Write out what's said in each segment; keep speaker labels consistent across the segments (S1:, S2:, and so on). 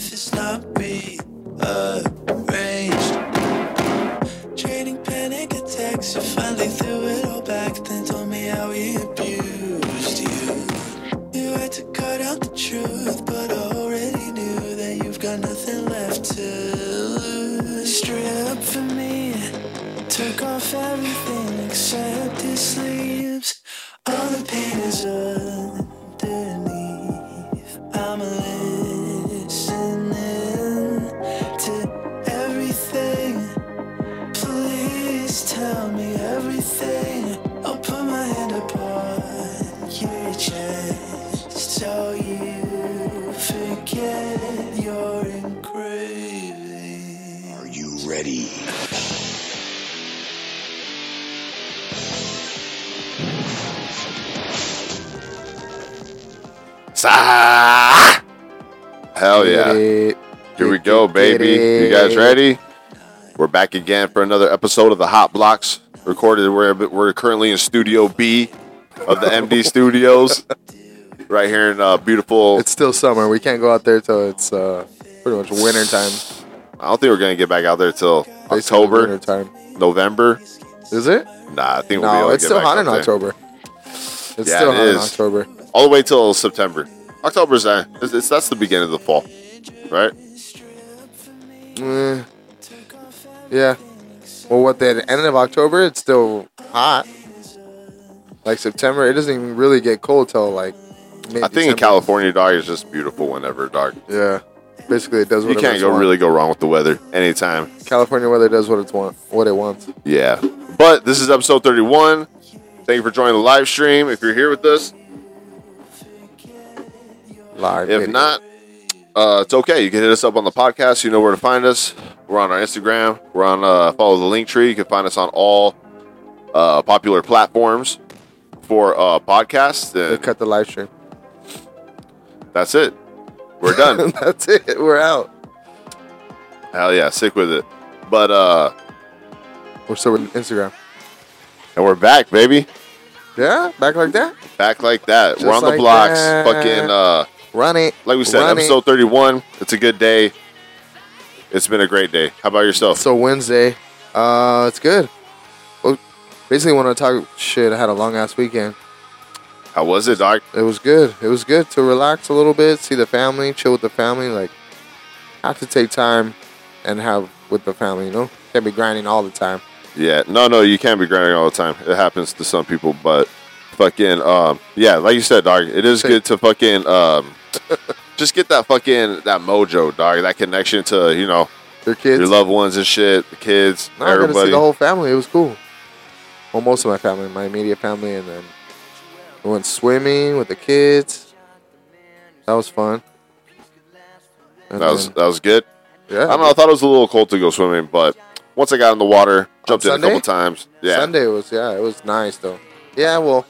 S1: cannot be arranged. Trading panic attacks, you finally threw it all back. Then told me how he abused you. You had to cut out the truth, but I already knew that you've got nothing left to lose. Strip for me, took off everything except his sleeves. All the pain is underneath. I'm listening to everything. Please tell me everything. I'll put my hand upon your chest so you forget your engraving.
S2: Are you ready?
S3: Sa- Hell Oh, yeah. Here we go, baby. You guys ready? We're back again for another episode of the Hot Blocks. Recorded, we're, we're currently in Studio B of the MD Studios, right here in uh, beautiful.
S4: It's still summer. We can't go out there till it's uh, pretty much winter time.
S3: I don't think we're gonna get back out there till
S4: Basically
S3: October,
S4: Winter time.
S3: November.
S4: Is it?
S3: Nah, I think we'll be able
S4: No,
S3: to
S4: it's
S3: get
S4: still
S3: back
S4: hot
S3: out
S4: in
S3: there.
S4: October. It's
S3: Yeah,
S4: still
S3: it
S4: hot in
S3: is.
S4: October.
S3: all the way till September. October's uh, it's, it's, that's the beginning of the fall, right?
S4: Eh, yeah. Well, what the end of October, it's still hot. Like September, it doesn't even really get cold till like. Mid-
S3: I think in California, dog is just beautiful whenever, dog.
S4: Yeah. Basically, it does.
S3: You
S4: Whatever
S3: can't
S4: it's
S3: go
S4: want.
S3: really go wrong with the weather anytime.
S4: California weather does what it's want, what it wants.
S3: Yeah. But this is episode 31. Thank you for joining the live stream. If you're here with us,
S4: Live.
S3: if
S4: video.
S3: not, uh, it's okay. You can hit us up on the podcast. You know where to find us. We're on our Instagram. We're on uh, follow the link tree. You can find us on all uh, popular platforms for uh, podcasts.
S4: they
S3: And
S4: cut the live stream.
S3: that's it. We're done.
S4: That's it. We're out.
S3: Hell yeah, sick with it. But uh
S4: We're still with Instagram.
S3: and we're back, baby.
S4: Yeah, back like that.
S3: Back like that. we're
S4: Just
S3: on the
S4: like
S3: blocks.
S4: that.
S3: Fucking uh
S4: Run it.
S3: like we said,
S4: Run it.
S3: episode thirty one. It's a good day. It's been a great day. How about yourself?
S4: So Wednesday, uh, it's good. Well, basically, want to talk shit. I had a long ass weekend.
S3: How was it, Doc?
S4: It was good. It was good to relax a little bit, see the family, chill with the family. Like, have to take time and have with the family. You know, can't be grinding all the time.
S3: Yeah. No, no, you can't be grinding all the time. It happens to some people, but fucking um yeah, like you said, dog, it is good to fucking um just get that fucking that mojo, dog, that connection to, you know,
S4: Your kids.
S3: your loved ones and shit, the kids,
S4: No, I got to see
S3: everybody.
S4: the whole family. It was cool. Well, most of my family, my immediate family, and then we went swimming with the kids. That was fun. And
S3: that was
S4: then-
S3: that was good.
S4: yeah.
S3: I don't know. I thought it was a little cold to go swimming, but once I got in the water, jumped in a
S4: Sunday?
S3: couple times. Yeah,
S4: Sunday was yeah, it was nice though. Yeah, well,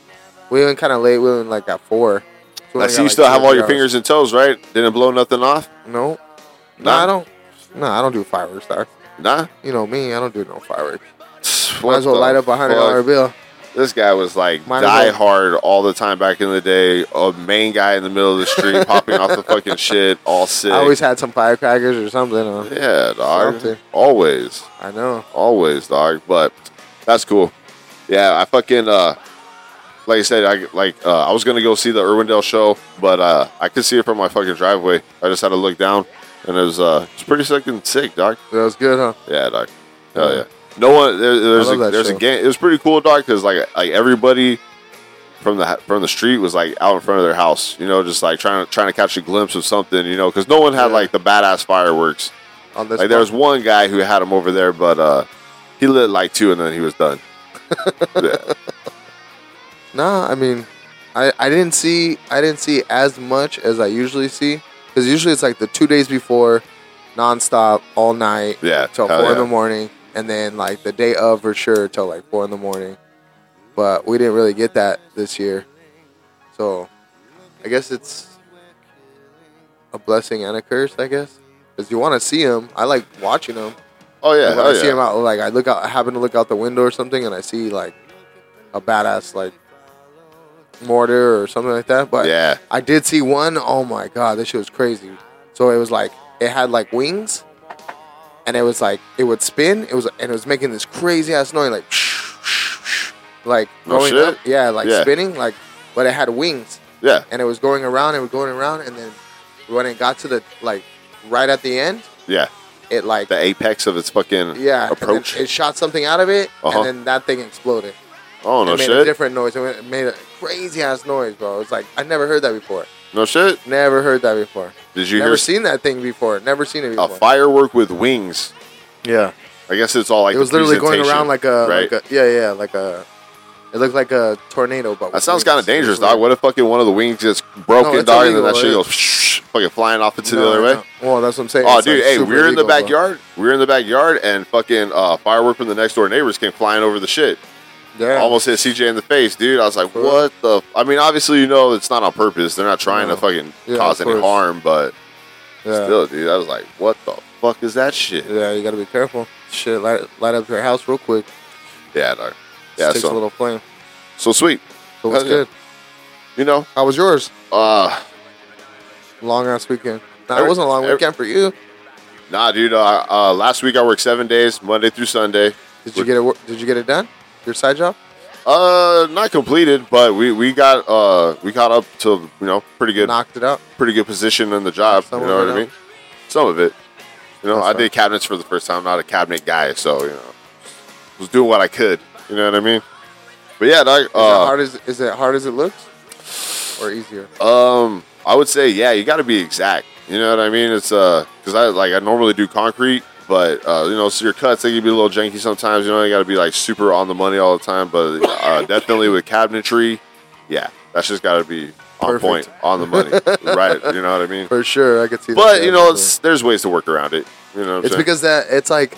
S4: we went kind of late. We went like at four. So we
S3: I
S4: only
S3: see
S4: got,
S3: you
S4: like,
S3: still
S4: two or
S3: have all
S4: three
S3: your
S4: hours.
S3: fingers and toes, right? Didn't blow nothing off.
S4: No, no,
S3: Nah?
S4: I don't. No, I don't do fireworks. Doc.
S3: Nah.
S4: You know me, I don't do no fireworks. Might
S3: What
S4: as well
S3: the
S4: light up a hundred
S3: fuck?
S4: dollar bill.
S3: This guy was like
S4: Might as
S3: die
S4: well.
S3: hard all the time back in the day. A main guy in the middle of the street popping off the fucking shit, all sick.
S4: I always had some firecrackers or something. On.
S3: yeah, dog.
S4: Something.
S3: Always,
S4: I know.
S3: always, dog. But that's cool. Yeah, I fucking uh, like I said, I like uh, I was gonna go see the Irwindale show, but uh, I could see it from my fucking driveway. I just had to look down, and it was uh, it's pretty fucking sick, dog.
S4: That was good, huh?
S3: Yeah, dog. Hell yeah. No one. There, there's
S4: I
S3: a,
S4: love that
S3: there's a
S4: show.
S3: game. It was pretty cool, dog, because like like everybody from the from the street was like out in front of their house, you know, just like trying to trying to catch a glimpse of something, you know, because no one had
S4: Yeah.
S3: like the badass fireworks.
S4: On this
S3: like there was one guy who had them over there, but uh, he lit like two and then he was done. yeah.
S4: No, I mean, I, I didn't see I didn't see as much as I usually see because usually it's like the two days before, nonstop all night.
S3: Yeah,
S4: till
S3: hell
S4: four in
S3: yeah.
S4: the morning, and then like the day of for sure till like four in the morning. But we didn't really get that this year, so I guess it's a blessing and a curse. I guess because you want to see them. I like watching them.
S3: Oh yeah.
S4: when
S3: hell
S4: I see
S3: yeah.
S4: him out, like I look out, I happen to look out the window or something, and I see like a badass like mortar or something like that. But
S3: Yeah.
S4: I did see one. Oh my god, this shit was crazy. So it was like it had like wings, and it was like it would spin. It was and it was making this crazy ass noise, like like
S3: No
S4: going
S3: shit?
S4: up, yeah, like
S3: Yeah.
S4: spinning, like but it had wings
S3: Yeah.
S4: and it was going around and going around, and then when it got to the like right at the end,
S3: Yeah.
S4: it like
S3: The apex of its fucking
S4: yeah and then
S3: approach.
S4: It shot something out of it,
S3: Uh-huh.
S4: and then that thing exploded.
S3: oh, no
S4: it made a
S3: shit.
S4: different noise. It went- it made a crazy ass noise, bro. It was like I never heard that before.
S3: No shit.
S4: Never heard that before.
S3: Did you
S4: never
S3: hear
S4: seen that thing before. Never seen it
S3: a
S4: before.
S3: firework with wings?
S4: yeah,
S3: I guess it's all like
S4: it was
S3: the
S4: literally going
S3: presentation,
S4: around like a,
S3: right?
S4: like a yeah yeah like a. It looked like a tornado, but
S3: that
S4: with
S3: sounds
S4: wings.
S3: kind of dangerous,
S4: It was
S3: dog. What if fucking one of the wings gets broken,
S4: it's
S3: dog, and then that
S4: illegal,
S3: shit
S4: right?
S3: goes fucking flying off into the
S4: No,
S3: other
S4: no.
S3: way?
S4: Well, that's what I'm saying.
S3: Oh,
S4: It's,
S3: dude,
S4: like,
S3: hey, we
S4: super
S3: were in the
S4: illegal, bro.
S3: backyard. We were in the backyard, and fucking uh, firework from the next door neighbors came flying over the shit.
S4: Yeah.
S3: Almost hit CJ in the face, dude. I was like,
S4: For real?
S3: what the? F-? I mean, obviously, you know, it's not on purpose. They're not trying
S4: No.
S3: to fucking
S4: Yeah,
S3: cause
S4: of
S3: any
S4: course.
S3: harm, but
S4: Yeah.
S3: still, dude, I was like, what the fuck is that shit? Yeah,
S4: Yeah, you gotta be careful. Shit, light, light up your house real quick.
S3: dog. Yeah,
S4: takes a
S3: so,
S4: little flame.
S3: so sweet.
S4: So it's
S3: Yeah.
S4: good.
S3: You know,
S4: How was yours?
S3: uh,
S4: Long ass weekend. No,
S3: Every-
S4: it wasn't a long
S3: every-
S4: weekend for you.
S3: nah, dude. Uh, uh, last week I worked seven days, Monday through Sunday.
S4: Did you get it? wor- Did you get it done? Your side job?
S3: Uh, not completed, but we we got uh we caught up to you know pretty good
S4: Knocked it out.
S3: pretty good position in the job.
S4: Some
S3: you
S4: of
S3: know
S4: it
S3: what I
S4: out.
S3: mean? Some of it. You know,
S4: That's
S3: I
S4: right.
S3: did cabinets for the first time. Not a cabinet guy, so you know, was doing what I could. You know what I mean? But yeah, dog,
S4: Is it
S3: uh,
S4: hard as is it hard as it looks, or easier?
S3: um, I would say yeah, you got to be exact. You know what I mean? It's uh, because I like I normally do concrete, but uh, you know, so your cuts they can be a little janky sometimes. You know, you got to be like super on the money all the time. But uh, definitely with cabinetry, yeah, that's just got to be on
S4: Perfect.
S3: point, on the money, right? You know what I mean?
S4: For sure, I could see. that.
S3: But you
S4: Yeah,
S3: know,
S4: for
S3: it's there's ways to work around it. You know, what I'm
S4: sure. it's
S3: saying?
S4: because that it's like,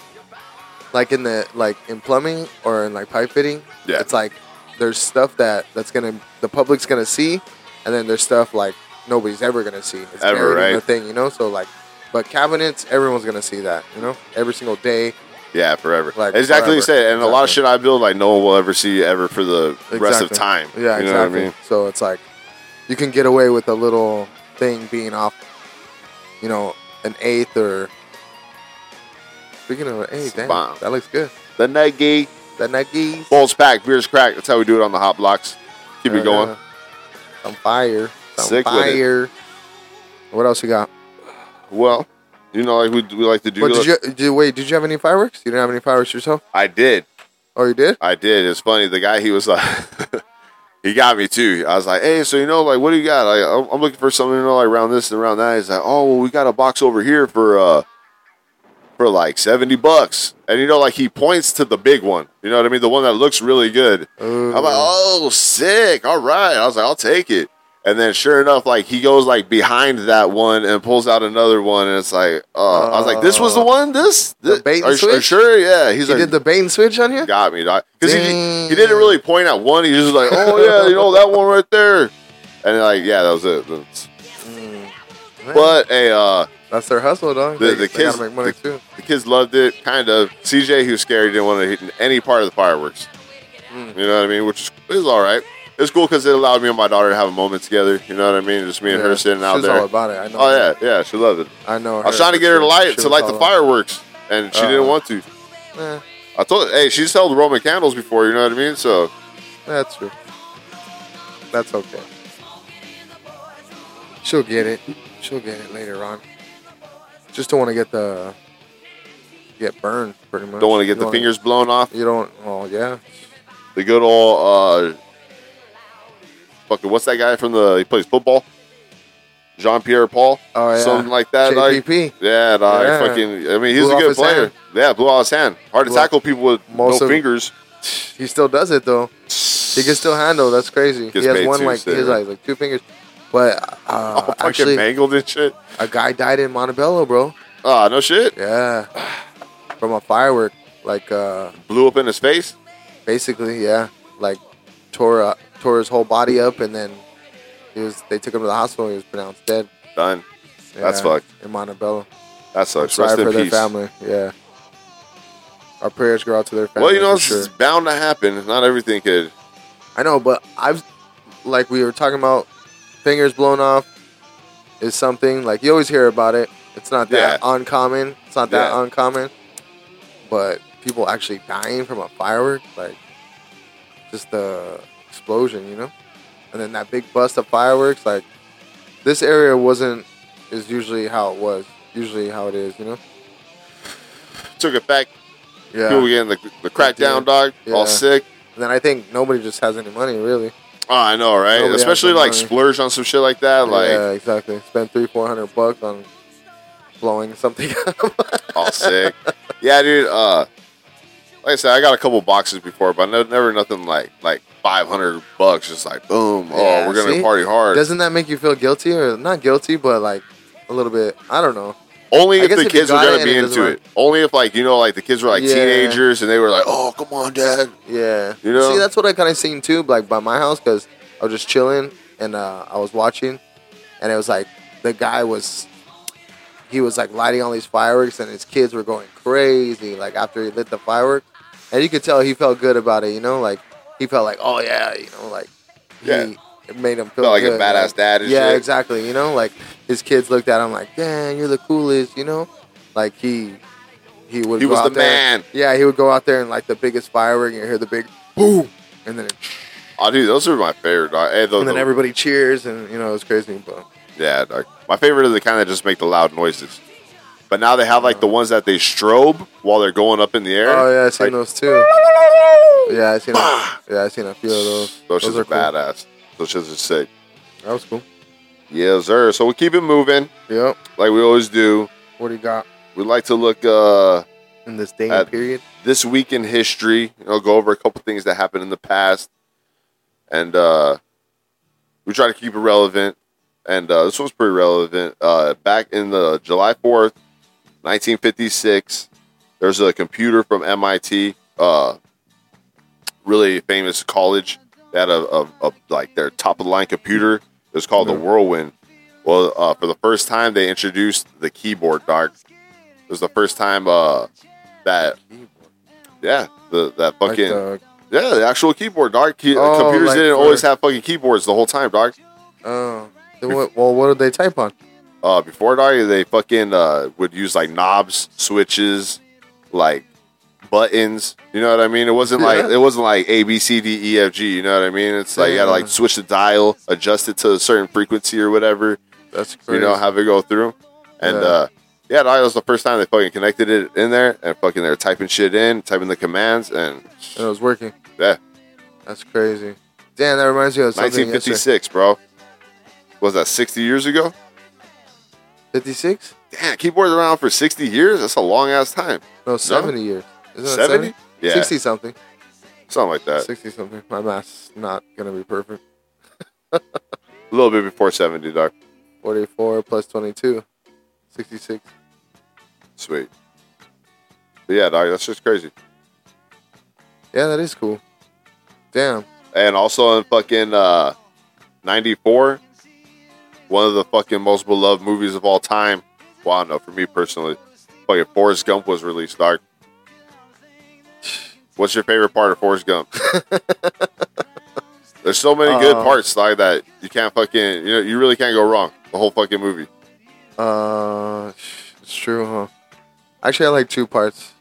S4: like in the like in plumbing or in like pipe fitting.
S3: Yeah.
S4: It's like there's stuff that that's gonna the public's gonna see, and then there's stuff like nobody's ever gonna see. It's
S3: Ever,
S4: buried in
S3: right?
S4: the thing, you know. So like, but cabinets, everyone's gonna see that, you know, every single day.
S3: yeah, forever.
S4: Like,
S3: exactly, you
S4: forever.
S3: said, and a lot of
S4: Exactly.
S3: shit I build, like no one will ever see ever for the rest of
S4: Exactly.
S3: time.
S4: Yeah,
S3: you know
S4: exactly.
S3: what I mean?
S4: So it's like you can get away with a little thing being off, you know, an eighth or. Speaking of an eighth, damn,
S3: Bomb.
S4: that looks good.
S3: The Nike
S4: That Nike.
S3: bowls packed, beers cracked. That's how we do it on the hot blocks. Keep it going.
S4: I'm uh, fire. I'm
S3: Sick with it.
S4: fire. What else you got?
S3: Well, you know, like we, we like to do.
S4: What, did you did, you- wait? Did you have any fireworks? You didn't have any fireworks yourself?
S3: I did.
S4: Oh, you did?
S3: I did. It's funny. The guy, he was like, he got me too. I was like, hey, so you know, like, what do you got? Like, I'm, I'm looking for something, you know, like around this and around that. He's like, oh, well, we got a box over here for, uh, for like 70 bucks. And you know, like, he points to the big one. You know what I mean? The one that looks really good.
S4: Ooh.
S3: I'm like, oh, sick. All right. I was like, I'll take it. And then sure enough, like, he goes like behind that one and pulls out another one. And it's like, uh, I was like, this was the one? This?
S4: The
S3: Thi-
S4: bait and
S3: are, you- are you
S4: switch?
S3: sure? Yeah. He's
S4: you
S3: like,
S4: did the bait and switch on here?
S3: got me, dog. Because he,
S4: Dang.
S3: he didn't really point out one. He just was like, oh yeah, you know that one right there, and then, like yeah, that was it. That's-
S4: Mm.
S3: But hey, uh,
S4: That's their hustle, dog.
S3: The-
S4: they,
S3: the
S4: they
S3: kids-
S4: gotta make money too.
S3: the kids loved it. Kind of. CJ, who's scared, didn't want to hit any part of the fireworks. You know what I mean? Which is, is all right. It's cool because it allowed me and my daughter to have a moment together. You know what I mean? Just me and her sitting out
S4: She's
S3: there.
S4: all about it. I know.
S3: oh yeah, yeah, she loved it.
S4: I know.
S3: I was trying to
S4: for
S3: get her to
S4: sure.
S3: light
S4: She
S3: to
S4: was
S3: light
S4: all
S3: the
S4: about
S3: fireworks, and she
S4: Uh,
S3: didn't want to.
S4: it. Eh,
S3: I told her, hey, she's held Roman candles before. You know what I mean? So
S4: that's true. That's okay. She'll get it. She'll get it later on. Just don't want to get the get burned pretty much.
S3: don't want to
S4: You
S3: get the fingers blown off.
S4: You don't. Oh yeah.
S3: the good old uh fucking what's that guy from the he plays football? Jean Pierre Paul?
S4: Oh, yeah.
S3: Something like that. Like,
S4: JPP.
S3: yeah, dog,
S4: Yeah.
S3: fucking I mean he's
S4: Blew
S3: a
S4: off
S3: good
S4: his
S3: player.
S4: hand.
S3: Yeah, blew out his hand. Hard to
S4: Blew-
S3: tackle people with
S4: Most
S3: no
S4: of-
S3: fingers.
S4: He still does it though. He can still handle. That's crazy.
S3: Gets
S4: he has
S3: paid
S4: one
S3: too,
S4: like
S3: so-
S4: he has like, like two fingers. But
S3: All
S4: uh,
S3: fucking
S4: actually,
S3: mangled and shit.
S4: a guy died in Montebello, bro.
S3: Ah, no shit.
S4: Yeah. From a firework, like uh
S3: Blew up in his face.
S4: basically, yeah, like tore up, tore his whole body up, and then he was. They took him to the hospital. He was pronounced dead.
S3: Done. That's
S4: Yeah,
S3: fucked.
S4: In Montebello.
S3: That sucks.
S4: Sorry
S3: Rest
S4: for
S3: in
S4: their
S3: peace.
S4: family. Yeah. Our prayers go out to their family.
S3: well, you know,
S4: for
S3: it's
S4: sure.
S3: bound to happen. Not everything could.
S4: I know, but I've like we were talking about fingers blown off is something like you always hear about it, It's not that uncommon. It's not that
S3: Yeah.
S4: uncommon. But people actually dying from a firework, like just the explosion, you know? And then that big bust of fireworks, like this area wasn't is usually how it was. Usually how it is, you know?
S3: Took it back.
S4: Yeah.
S3: People getting the, the crackdown, dog.
S4: Yeah.
S3: All sick.
S4: And then I think nobody just has any money really.
S3: Oh, I know, right?
S4: Nobody has
S3: Especially
S4: no
S3: like
S4: money.
S3: splurge on some shit like that. Like
S4: yeah, exactly. Spend three, four hundred bucks on blowing something up.
S3: all sick. Yeah, dude. Uh, like I said, I got a couple boxes before, but no, never nothing like like five hundred bucks. Just like boom.
S4: Yeah,
S3: oh, we're gonna
S4: see?
S3: party hard.
S4: Doesn't that make you feel guilty or not guilty, but like a little bit? I don't know.
S3: Only
S4: I
S3: if
S4: guess
S3: the
S4: if you
S3: kids were
S4: got it
S3: gonna
S4: and
S3: be
S4: it doesn't
S3: into it. Only if like you know, like the kids were like
S4: Yeah.
S3: teenagers and they were like, "Oh, come on, dad."
S4: Yeah.
S3: You know?
S4: See, that's what I kind of seen too, like by my house, because I was just chilling and uh, I was watching, and it was like the guy was, he was like lighting all these fireworks, and his kids were going crazy. Like after he lit the firework, and you could tell he felt good about it. You know, like he felt like, oh yeah, you know, like
S3: Yeah.
S4: He, it made him feel
S3: Felt like a
S4: good,
S3: badass
S4: like-
S3: dad and
S4: yeah,
S3: shit.
S4: exactly. You know, like his kids looked at him like, "Damn, you're the coolest." You know, like he he would
S3: He
S4: go
S3: was
S4: out
S3: the
S4: there.
S3: man.
S4: Yeah, he would go out there and like the biggest firework, and you hear the big boom, and then it,
S3: Oh, dude, those are my favorite. Dog. Hey, those,
S4: and then everybody cheers, and you know it was crazy. But
S3: yeah, dog. my favorite are the kind that just make the loud noises. But now they have like the ones that they strobe while they're going up in the air.
S4: oh yeah, I seen
S3: Like,
S4: those too. Yeah, I seen. A, yeah, I seen a few of those.
S3: Those, shits are,
S4: cool.
S3: badass. Those shits are sick.
S4: That was cool.
S3: Yes, sir. So we keep it moving,
S4: Yep.
S3: like we always do.
S4: What do you got
S3: We like to look uh,
S4: in this day
S3: Uh,
S4: and period?
S3: this week in history. You know, go over a couple things that happened in the past, and uh, we try to keep it relevant. And uh, this one's pretty relevant. Uh, back in the July fourth, nineteen fifty six, there's a computer from MIT, uh, really famous college, that a, a, a like their top of the line computer. It was called the
S4: Yeah.
S3: Whirlwind. Well, uh, for the first time, they introduced the keyboard. Dark. It was the first time uh, that yeah, the that
S4: Like
S3: fucking
S4: the-
S3: yeah, the actual keyboard. Dark key, uh,
S4: Oh,
S3: computers
S4: like
S3: didn't
S4: for-
S3: always have fucking keyboards the whole time. Dark.
S4: oh, then what, well, what did they type on?
S3: Uh, before Dark, they fucking uh, would use like knobs, switches, like buttons. You know what I mean? It wasn't like
S4: Yeah.
S3: it wasn't like A B C D E F G. You know what I mean? It's like you gotta like
S4: Yeah.
S3: switch the dial, adjust it to a certain frequency or whatever.
S4: That's
S3: You
S4: crazy.
S3: know, have it go through. And
S4: Yeah.
S3: uh, yeah, Dark, that was the first time they fucking connected it in there and fucking they're typing shit in, typing the commands, and
S4: and it was working.
S3: yeah.
S4: That's crazy. Damn, that reminds me of something.
S3: 1956,
S4: 1956.
S3: bro. Was that 60 years ago?
S4: 56?
S3: Damn, keyboards around for 60 years? That's a long ass time.
S4: No, 70 years. Isn't it
S3: 70? Yeah,
S4: 60 something.
S3: something like that.
S4: 60 something. My math's not going to be perfect.
S3: A little bit before 70, doc.
S4: 44 plus 22. 66.
S3: Sweet. But yeah, doc, that's just crazy.
S4: Yeah, that is cool. Damn.
S3: And also in fucking uh, 94, one of the fucking most beloved movies of all time. Well, I don't know, for me personally, fucking Forrest Gump was released, doc. What's your favorite part of Forrest Gump? There's so many good
S4: Uh,
S3: parts, like that you can't fucking, you know, you really can't go wrong. The whole fucking movie.
S4: Uh, sh- it's true, huh? Actually, I like two parts.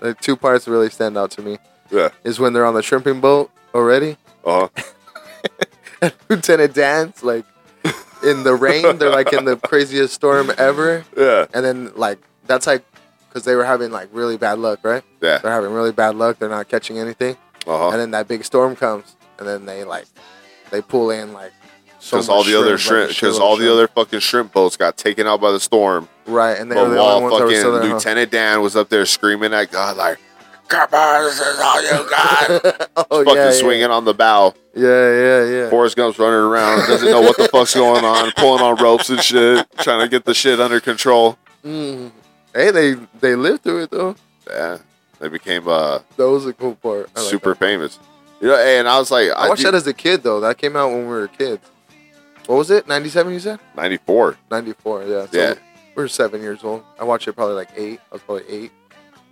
S4: Like two parts really stand out to me.
S3: Yeah.
S4: Is when they're on the shrimping boat already.
S3: Uh huh.
S4: Lieutenant Dan's like in the rain. They're like in the craziest storm ever.
S3: Yeah.
S4: and then like that's like because they were having like really bad luck, right?
S3: Yeah.
S4: They're having really bad luck. They're not catching anything,
S3: Uh
S4: and
S3: huh.
S4: then that big storm comes, and then they like they pull in like so
S3: Because
S4: much
S3: all the other shrimp,
S4: like, a
S3: because
S4: shitload
S3: all
S4: of
S3: the other fucking shrimp boats got taken out by the storm.
S4: shrimp. right, and they were
S3: But
S4: the only
S3: while
S4: ones that were
S3: fucking
S4: still there. huh?
S3: Lieutenant Dan was up there screaming at God, like, "Come on, this is all you got."
S4: oh,
S3: fucking
S4: yeah, yeah.
S3: swinging on the bow.
S4: Yeah, yeah, yeah.
S3: Forrest Gump's running around, doesn't know what the fuck's going on, pulling on ropes and shit, trying to get the shit under control.
S4: Mm. Hey, they they lived through it though.
S3: Yeah, they became uh,
S4: That was a cool part. I like
S3: super
S4: that.
S3: famous. You know, hey, and I was like,
S4: I, watched
S3: do-
S4: that as a kid though. That came out when we were kids. What was it? Ninety seven? You said
S3: 94.
S4: ninety four? Yeah. So
S3: Yeah.
S4: We were seven years old. I watched it probably like eight. I was probably eight.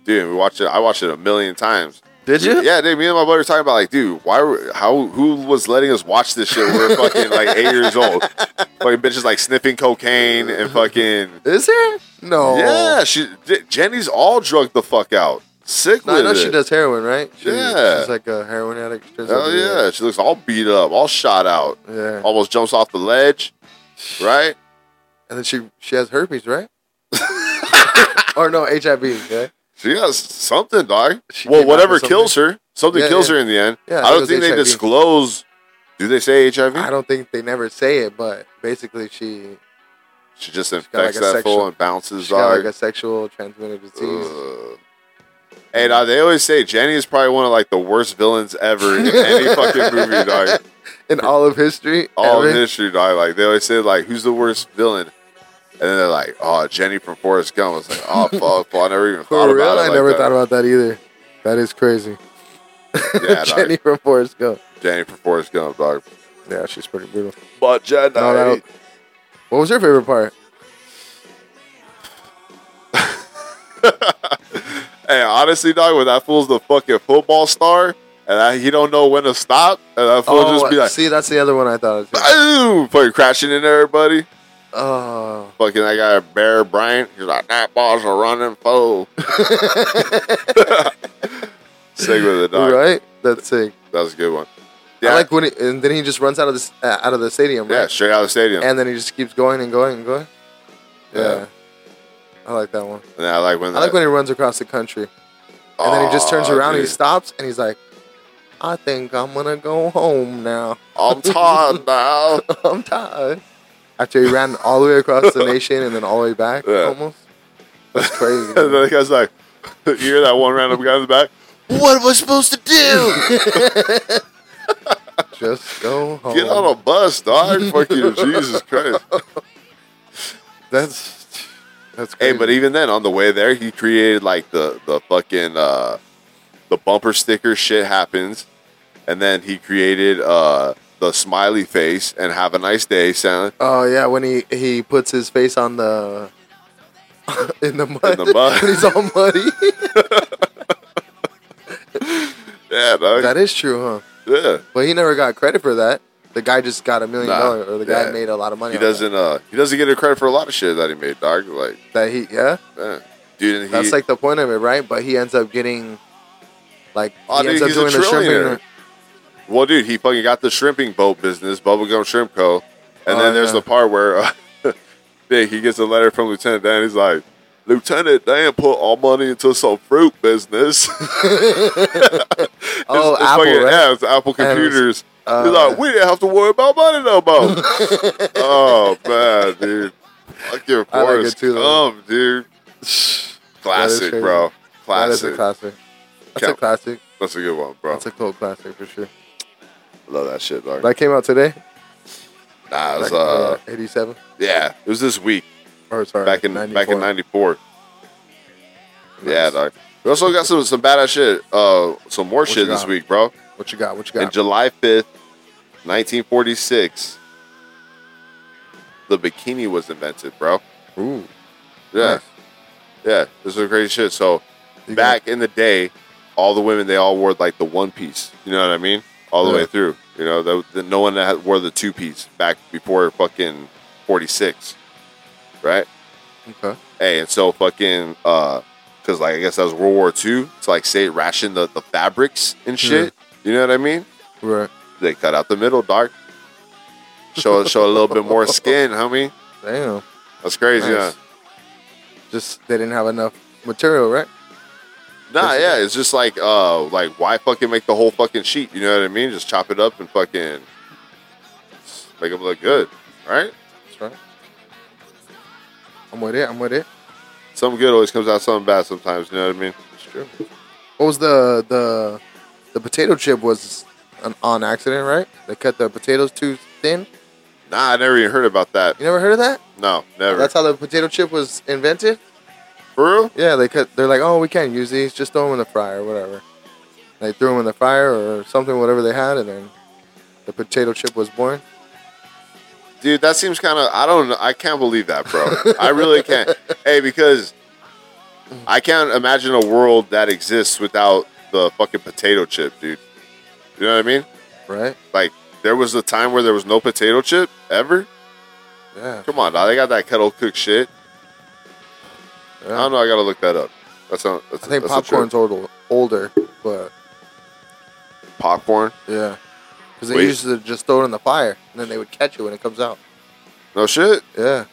S3: Dude, we watched it. I watched it a million times.
S2: Did you?
S3: Yeah, dude, me and my buddy were talking about like, dude, why? Were, how? Who was letting us watch this shit? when We are fucking like eight years old. Fucking bitches like sniffing cocaine and fucking.
S4: Is there? No.
S3: Yeah, she J- Jenny's all drugged the fuck out. Sick
S4: No, I
S3: with
S4: know
S3: it.
S4: she does heroin, right? She-
S3: Yeah.
S4: She's like a heroin addict. turns out
S3: Hell
S4: to be
S3: yeah, she looks all beat up, all shot out,
S4: a- Yeah.
S3: almost jumps off the ledge, right?
S4: And then she she has herpes, right? or no, HIV, right?
S3: She got s- something, dog.
S4: She came
S3: well,
S4: out
S3: whatever
S4: with something.
S3: kills her, something
S4: Yeah,
S3: kills
S4: yeah.
S3: her in the end.
S4: Yeah,
S3: I
S4: it
S3: don't
S4: was
S3: think they
S4: HIV.
S3: disclose. Do they say HIV?
S4: I don't think they never say it, but basically she
S3: She just
S4: got, like,
S3: infects
S4: a
S3: that
S4: sexual-
S3: fool and bounces
S4: she got
S3: dog.
S4: like a sexual transmitted disease.
S3: Ugh. Hey, now Uh, they always say Jenny is probably one of like the worst villains ever in any fucking movie, dog.
S4: In all of history,
S3: All
S4: ever.
S3: in history, dog. Like they always say, like who's the worst villain? And then they're like, oh, Jenny from Forrest Gump. I was like, oh fuck, fuck, I never even thought
S4: For real,
S3: about it.
S4: I
S3: like
S4: never
S3: that.
S4: thought about that either. That is crazy.
S3: Yeah, dog.
S4: Jenny from Forrest Gump.
S3: Jenny from Forrest Gump, dog.
S4: Yeah, she's pretty brutal.
S2: But Jenny.
S4: No, that- what was your favorite part?
S3: Hey, honestly, dog, when that fool's the fucking football star, and I, he don't know when to stop, and that fool just be like,
S4: Oh, see, that's the other one I thought. Of too.
S3: boom, fucking crashing in everybody.
S4: Oh,
S3: Fucking that guy Bear Bryant, he's like, that ball's a running foe. Sick with it, dog.
S4: right. That's sick.
S3: That's a good one.
S4: Yeah.
S3: Yeah,
S4: I like when, he, and then he just runs out of this uh, out of the stadium,
S3: yeah,
S4: right?
S3: straight out of the stadium. And,
S4: And then he just keeps going and going and going. Yeah,
S3: Yeah.
S4: I like that one.
S3: then I like when
S4: I like when he runs across the country, and then he just turns around and he stops, and he's like, "I think I'm gonna go home now.
S3: I'm tired now.
S4: I'm tired." After he ran all the way across the nation and then all the way back,
S3: Yeah.
S4: almost. That's crazy.
S3: and the guy's like, you hear that one random guy in the back? What am I supposed to do?
S4: just go home.
S3: Get on a bus, dog. Fucking Jesus Christ.
S4: That's that's
S3: Hey,
S4: crazy.
S3: but even then, on the way there, he created like the the fucking uh, the bumper sticker shit happens, and then he created uh, the smiley face and have a nice day sound
S4: Oh yeah, when he he puts his face on the in the mud.
S3: in the
S4: When
S3: mud.
S4: he's all muddy.
S3: yeah, dog.
S4: that is true, huh?
S3: yeah.
S4: But he never got credit for that. The guy just got a million
S3: Nah,
S4: dollars, or the guy
S3: yeah.
S4: made a lot of money.
S3: He
S4: on that.
S3: doesn't uh he doesn't get a credit for a lot of shit that he made, dog. Like,
S4: That he yeah,
S3: eh. dude, and he,
S4: that's like the point of it, right? But he ends up getting like
S3: Oh,
S4: he ends
S3: dude,
S4: up
S3: he's a
S4: doing the shrimping.
S3: trillionaire. well, dude, he fucking got the shrimping boat business, Bubblegum Shrimp Co. And
S4: Oh,
S3: then there's
S4: yeah.
S3: the part where uh, Dick, he gets a letter from Lieutenant Dan. He's like, Lieutenant Dan put all money into some fruit business.
S4: Oh,
S3: It's- it's
S4: Apple,
S3: fucking-
S4: right?
S3: Yeah, it's Apple
S4: Yeah, it was,
S3: computers.
S4: uh,
S3: He's like, we didn't have to worry about money no more. oh man, dude, fucking
S4: I like it
S3: Forrest
S4: too, though.
S3: Gump, dude. Classic,
S4: crazy.
S3: bro.
S4: That is
S3: Classic.
S4: a classic. That's a
S3: Count.
S4: classic.
S3: That's a good one, bro.
S4: That's a cold classic for sure.
S3: Love that shit, dog.
S4: That came out today.
S3: nah, it was,
S4: Like,
S3: uh,
S4: eighty-seven.
S3: yeah, it was this week
S4: Or sorry,
S3: back in back in
S4: 94.
S3: '94. Yeah,
S4: Nice.
S3: dog. We also got some some badass shit. Uh, some more
S4: you
S3: shit this
S4: got?
S3: week, bro.
S4: What you got? What you
S3: In
S4: got?
S3: July 5th, 1946, the bikini was invented, bro.
S4: Ooh,
S3: Yeah.
S4: nice.
S3: Yeah, this is crazy shit. So
S4: You got-
S3: back in the day, all the women they all wore like the one piece. You know what I mean? All the
S4: Yeah.
S3: way through. You know, that, that no one had, wore the two piece back before fucking forty six, right?
S4: Okay.
S3: Hey, and so fucking uh, cause like I guess that was World War Two. So like say ration the the fabrics and
S4: Mm-hmm.
S3: shit. You know what I mean?
S4: Right.
S3: They cut out the middle, dark. Show show a little bit more skin, homie.
S4: Damn.
S3: That's crazy.
S4: Nice.
S3: Huh?
S4: Just they didn't have enough material, right?
S3: Nah,
S4: That's-
S3: yeah, it's just like, uh, like why fucking make the whole fucking sheet? You know what I mean? Just chop it up and fucking make them look good, right?
S4: That's right. I'm with it. I'm with it.
S3: Something good always comes out something bad sometimes. You know what I mean?
S4: It's true. What was the the the potato chip was an on accident, right? They cut the potatoes too thin.
S3: Nah, I never even heard about that.
S4: You never heard of that?
S3: No, never.
S4: That's how the potato chip was invented.
S3: For real?
S4: Yeah, they cut. They're like, oh, we can't use these. Just throw them in the fryer, whatever. They threw them in the fryer or something, whatever they had, and then the potato chip was born.
S3: dude that seems kind of i don't know i can't believe that bro i really can't hey because i can't imagine a world that exists without the fucking potato chip, dude. You know what I mean?
S4: right?
S3: Like there was a time where there was no potato chip ever.
S4: Yeah.
S3: Come on, dog. they got that kettle cooked shit. I
S4: yeah.
S3: don't know. I gotta look that up. That's not. That's,
S4: I think
S3: that's a trip.
S4: popcorn's older, older, but
S3: Popcorn.
S4: yeah, because they
S3: Wait.
S4: used to just throw it in the fire, and then they would catch it when it comes out.
S3: No shit.
S4: Yeah,
S3: Yeah,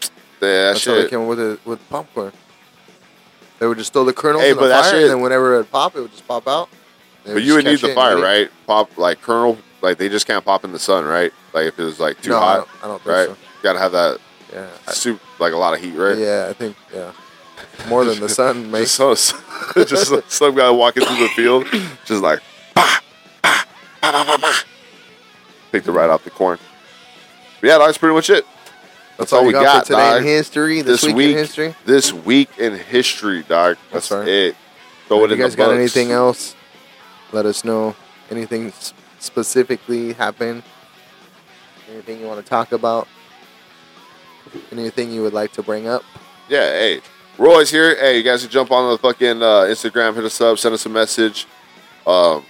S3: that
S4: that's how they
S3: shit.
S4: came up with it with popcorn. They would just throw the kernels
S3: Hey,
S4: in the
S3: but that
S4: fire,
S3: shit-
S4: and then whenever it would pop, it would just pop out. They
S3: But you would
S4: just
S3: need
S4: catch it
S3: the
S4: and
S3: fire,
S4: eat it.
S3: right? Pop like kernel. Like they just can't pop in the sun, right? Like if it was like too
S4: no, I
S3: hot,
S4: don't, I don't think
S3: right? Gotta have that
S4: so. Yeah,
S3: soup, like a lot of heat,
S4: I,
S3: right?
S4: yeah, I think yeah, more than the sun
S3: Just,
S4: makes.
S3: so, just like some guy walking through the field, just like, bah, bah, bah, bah, bah, bah. picked it right off the corn. But yeah, that's pretty much it.
S4: That's all we got, for today in history. This, week, in history.
S3: This week in history, dog. That's,
S4: That's right.
S3: it. Throw
S4: If
S3: it
S4: you
S3: in
S4: guys
S3: the
S4: got
S3: books.
S4: anything else, let us know. Anything s- specifically happened? Anything you want to talk about? Anything you would like to bring up?
S3: Yeah, hey. We're always here. Hey, you guys can jump on the fucking uh, Instagram, hit us up, send us a message. Um,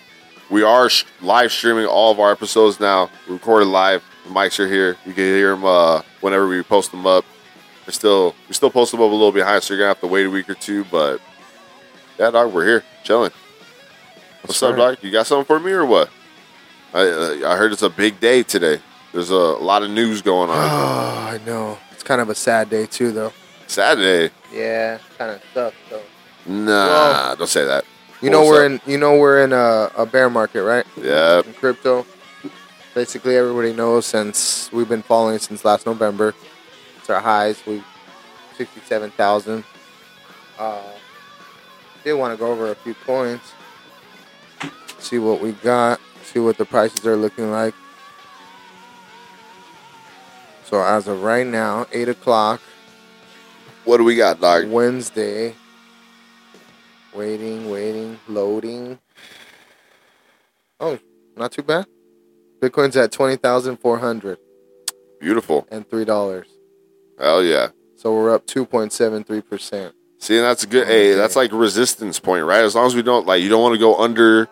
S3: we are sh- live streaming all of our episodes now. We recorded live. The mics are here. You can hear them uh, whenever we post them up. We're still we still post them up a little behind, so you're gonna have to wait a week or two. But yeah, dog, we're here chilling. What's
S4: That's
S3: up,
S4: right.
S3: dog? You got something for me or what? I uh, I I heard it's a big day today. There's a lot of news going on.
S4: Oh, I know. It's kind of a sad day too, though.
S3: Saturday?
S4: Yeah, kind of tough though.
S3: Nah,
S4: Well-
S3: don't say that.
S4: You
S3: What
S4: know
S3: was
S4: we're
S3: that?
S4: in. You know we're in a, a bear market, right?
S3: Yeah.
S4: In crypto, basically everybody knows since we've been following since last November. It's our highs. We sixty-seven thousand. Uh, did want to go over a few coins. See what we got. See what the prices are looking like. So as of right now, eight o'clock.
S3: What do we got, dog?
S4: Wednesday. Waiting, waiting, loading. Oh, not too bad. Bitcoin's at twenty thousand four hundred
S3: Beautiful.
S4: and three dollars.
S3: Hell yeah.
S4: So we're up two point seven three percent.
S3: See, and that's a
S4: Oh,
S3: good. Hey, that's like resistance point, right? As long as we don't like, you don't want to go under.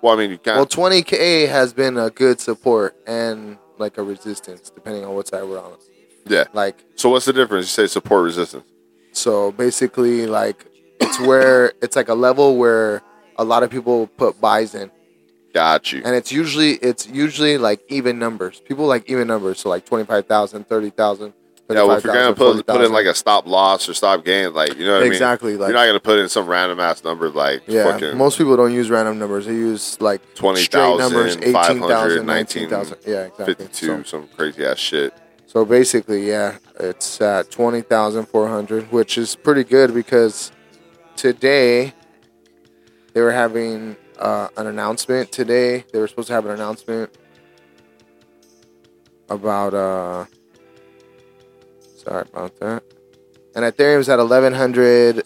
S3: Well, I mean, you can't.
S4: Well, twenty k has been a good support and like a resistance, depending on what side we're on.
S3: yeah.
S4: Like
S3: So what's the difference? You say support resistance.
S4: So basically, like it's where it's like a level where a lot of people put buys in,
S3: Got you.
S4: and it's usually it's usually like even numbers. People like even numbers, so like 25,000, 30,000,
S3: Yeah. Well, if you're gonna
S4: 35,000,
S3: put put in
S4: 40,000.
S3: like a stop loss or stop gain, like you know what
S4: exactly
S3: I mean.
S4: like
S3: you're not gonna put in some random ass number like
S4: yeah.
S3: fucking
S4: Most people don't use random numbers; they use like straight
S3: 20,000,
S4: numbers,
S3: 500,
S4: 18,000, 19,000. Yeah, exactly.
S3: 52,
S4: So-
S3: some crazy ass shit.
S4: So basically, yeah, it's at twenty thousand four hundred, which is pretty good because today they were having uh, an announcement. Today they were supposed to have an announcement about. Uh, sorry about that. And Ethereum's at eleven hundred.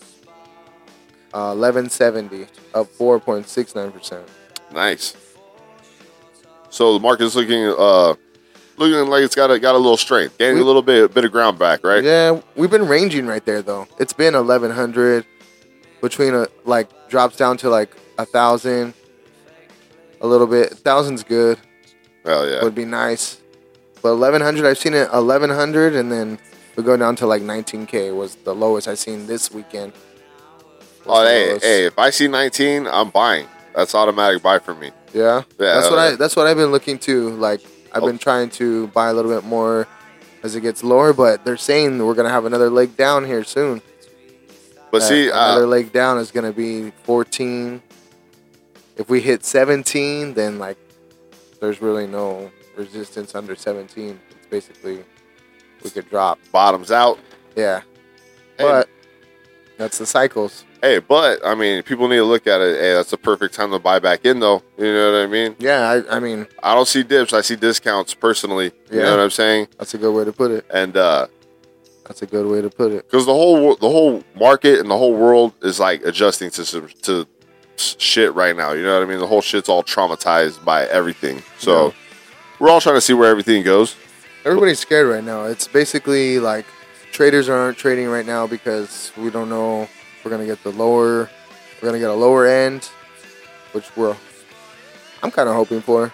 S4: Uh, 1170 up 4.69%.
S3: Nice. So the market's looking uh looking like it's got a got a little strength, gaining
S4: We-
S3: a little bit bit of ground back, right?
S4: Yeah, we've been ranging right there though. It's been eleven hundred between a like drops down to like a thousand, a little bit. Thousand's good.
S3: Hell yeah.
S4: Would be nice, but eleven hundred. I've seen it eleven hundred, and then we go down to like nineteen k was the lowest I've seen this weekend. Was
S3: Oh,
S4: the
S3: hey,
S4: lowest.
S3: hey, if I see 19, I'm buying. That's automatic buy for me.
S4: yeah.
S3: Yeah,
S4: that's
S3: hell
S4: what I.
S3: yeah.
S4: That's what I've been looking to. Like I've
S3: Oh.
S4: been trying to buy a little bit more as it gets lower, but they're saying that we're gonna have another leg down here soon.
S3: But
S4: that
S3: see,
S4: another
S3: uh,
S4: leg down is going to be 14. If we hit 17, then like there's really no resistance under 17. It's basically we could drop.
S3: bottoms out.
S4: Yeah,
S3: Hey,
S4: but that's the cycles.
S3: hey, but I mean, people need to look at it. Hey, that's the perfect time to buy back in, though. You know what I mean?
S4: Yeah, I, I mean
S3: I don't see dips. I see discounts personally. You
S4: Yeah.
S3: know what I'm saying?
S4: that's a good way to put it.
S3: And uh,
S4: That's a good way to put it.
S3: because the whole wo- the whole market and the whole world is like adjusting to some to s- shit right now. You know what I mean? The whole shit's all traumatized by everything. So
S4: Yeah.
S3: we're all trying to see where everything goes.
S4: Everybody's scared right now. It's basically like traders aren't trading right now because we don't know if we're gonna get the lower We're gonna get a lower end, which we're I'm kind of hoping for.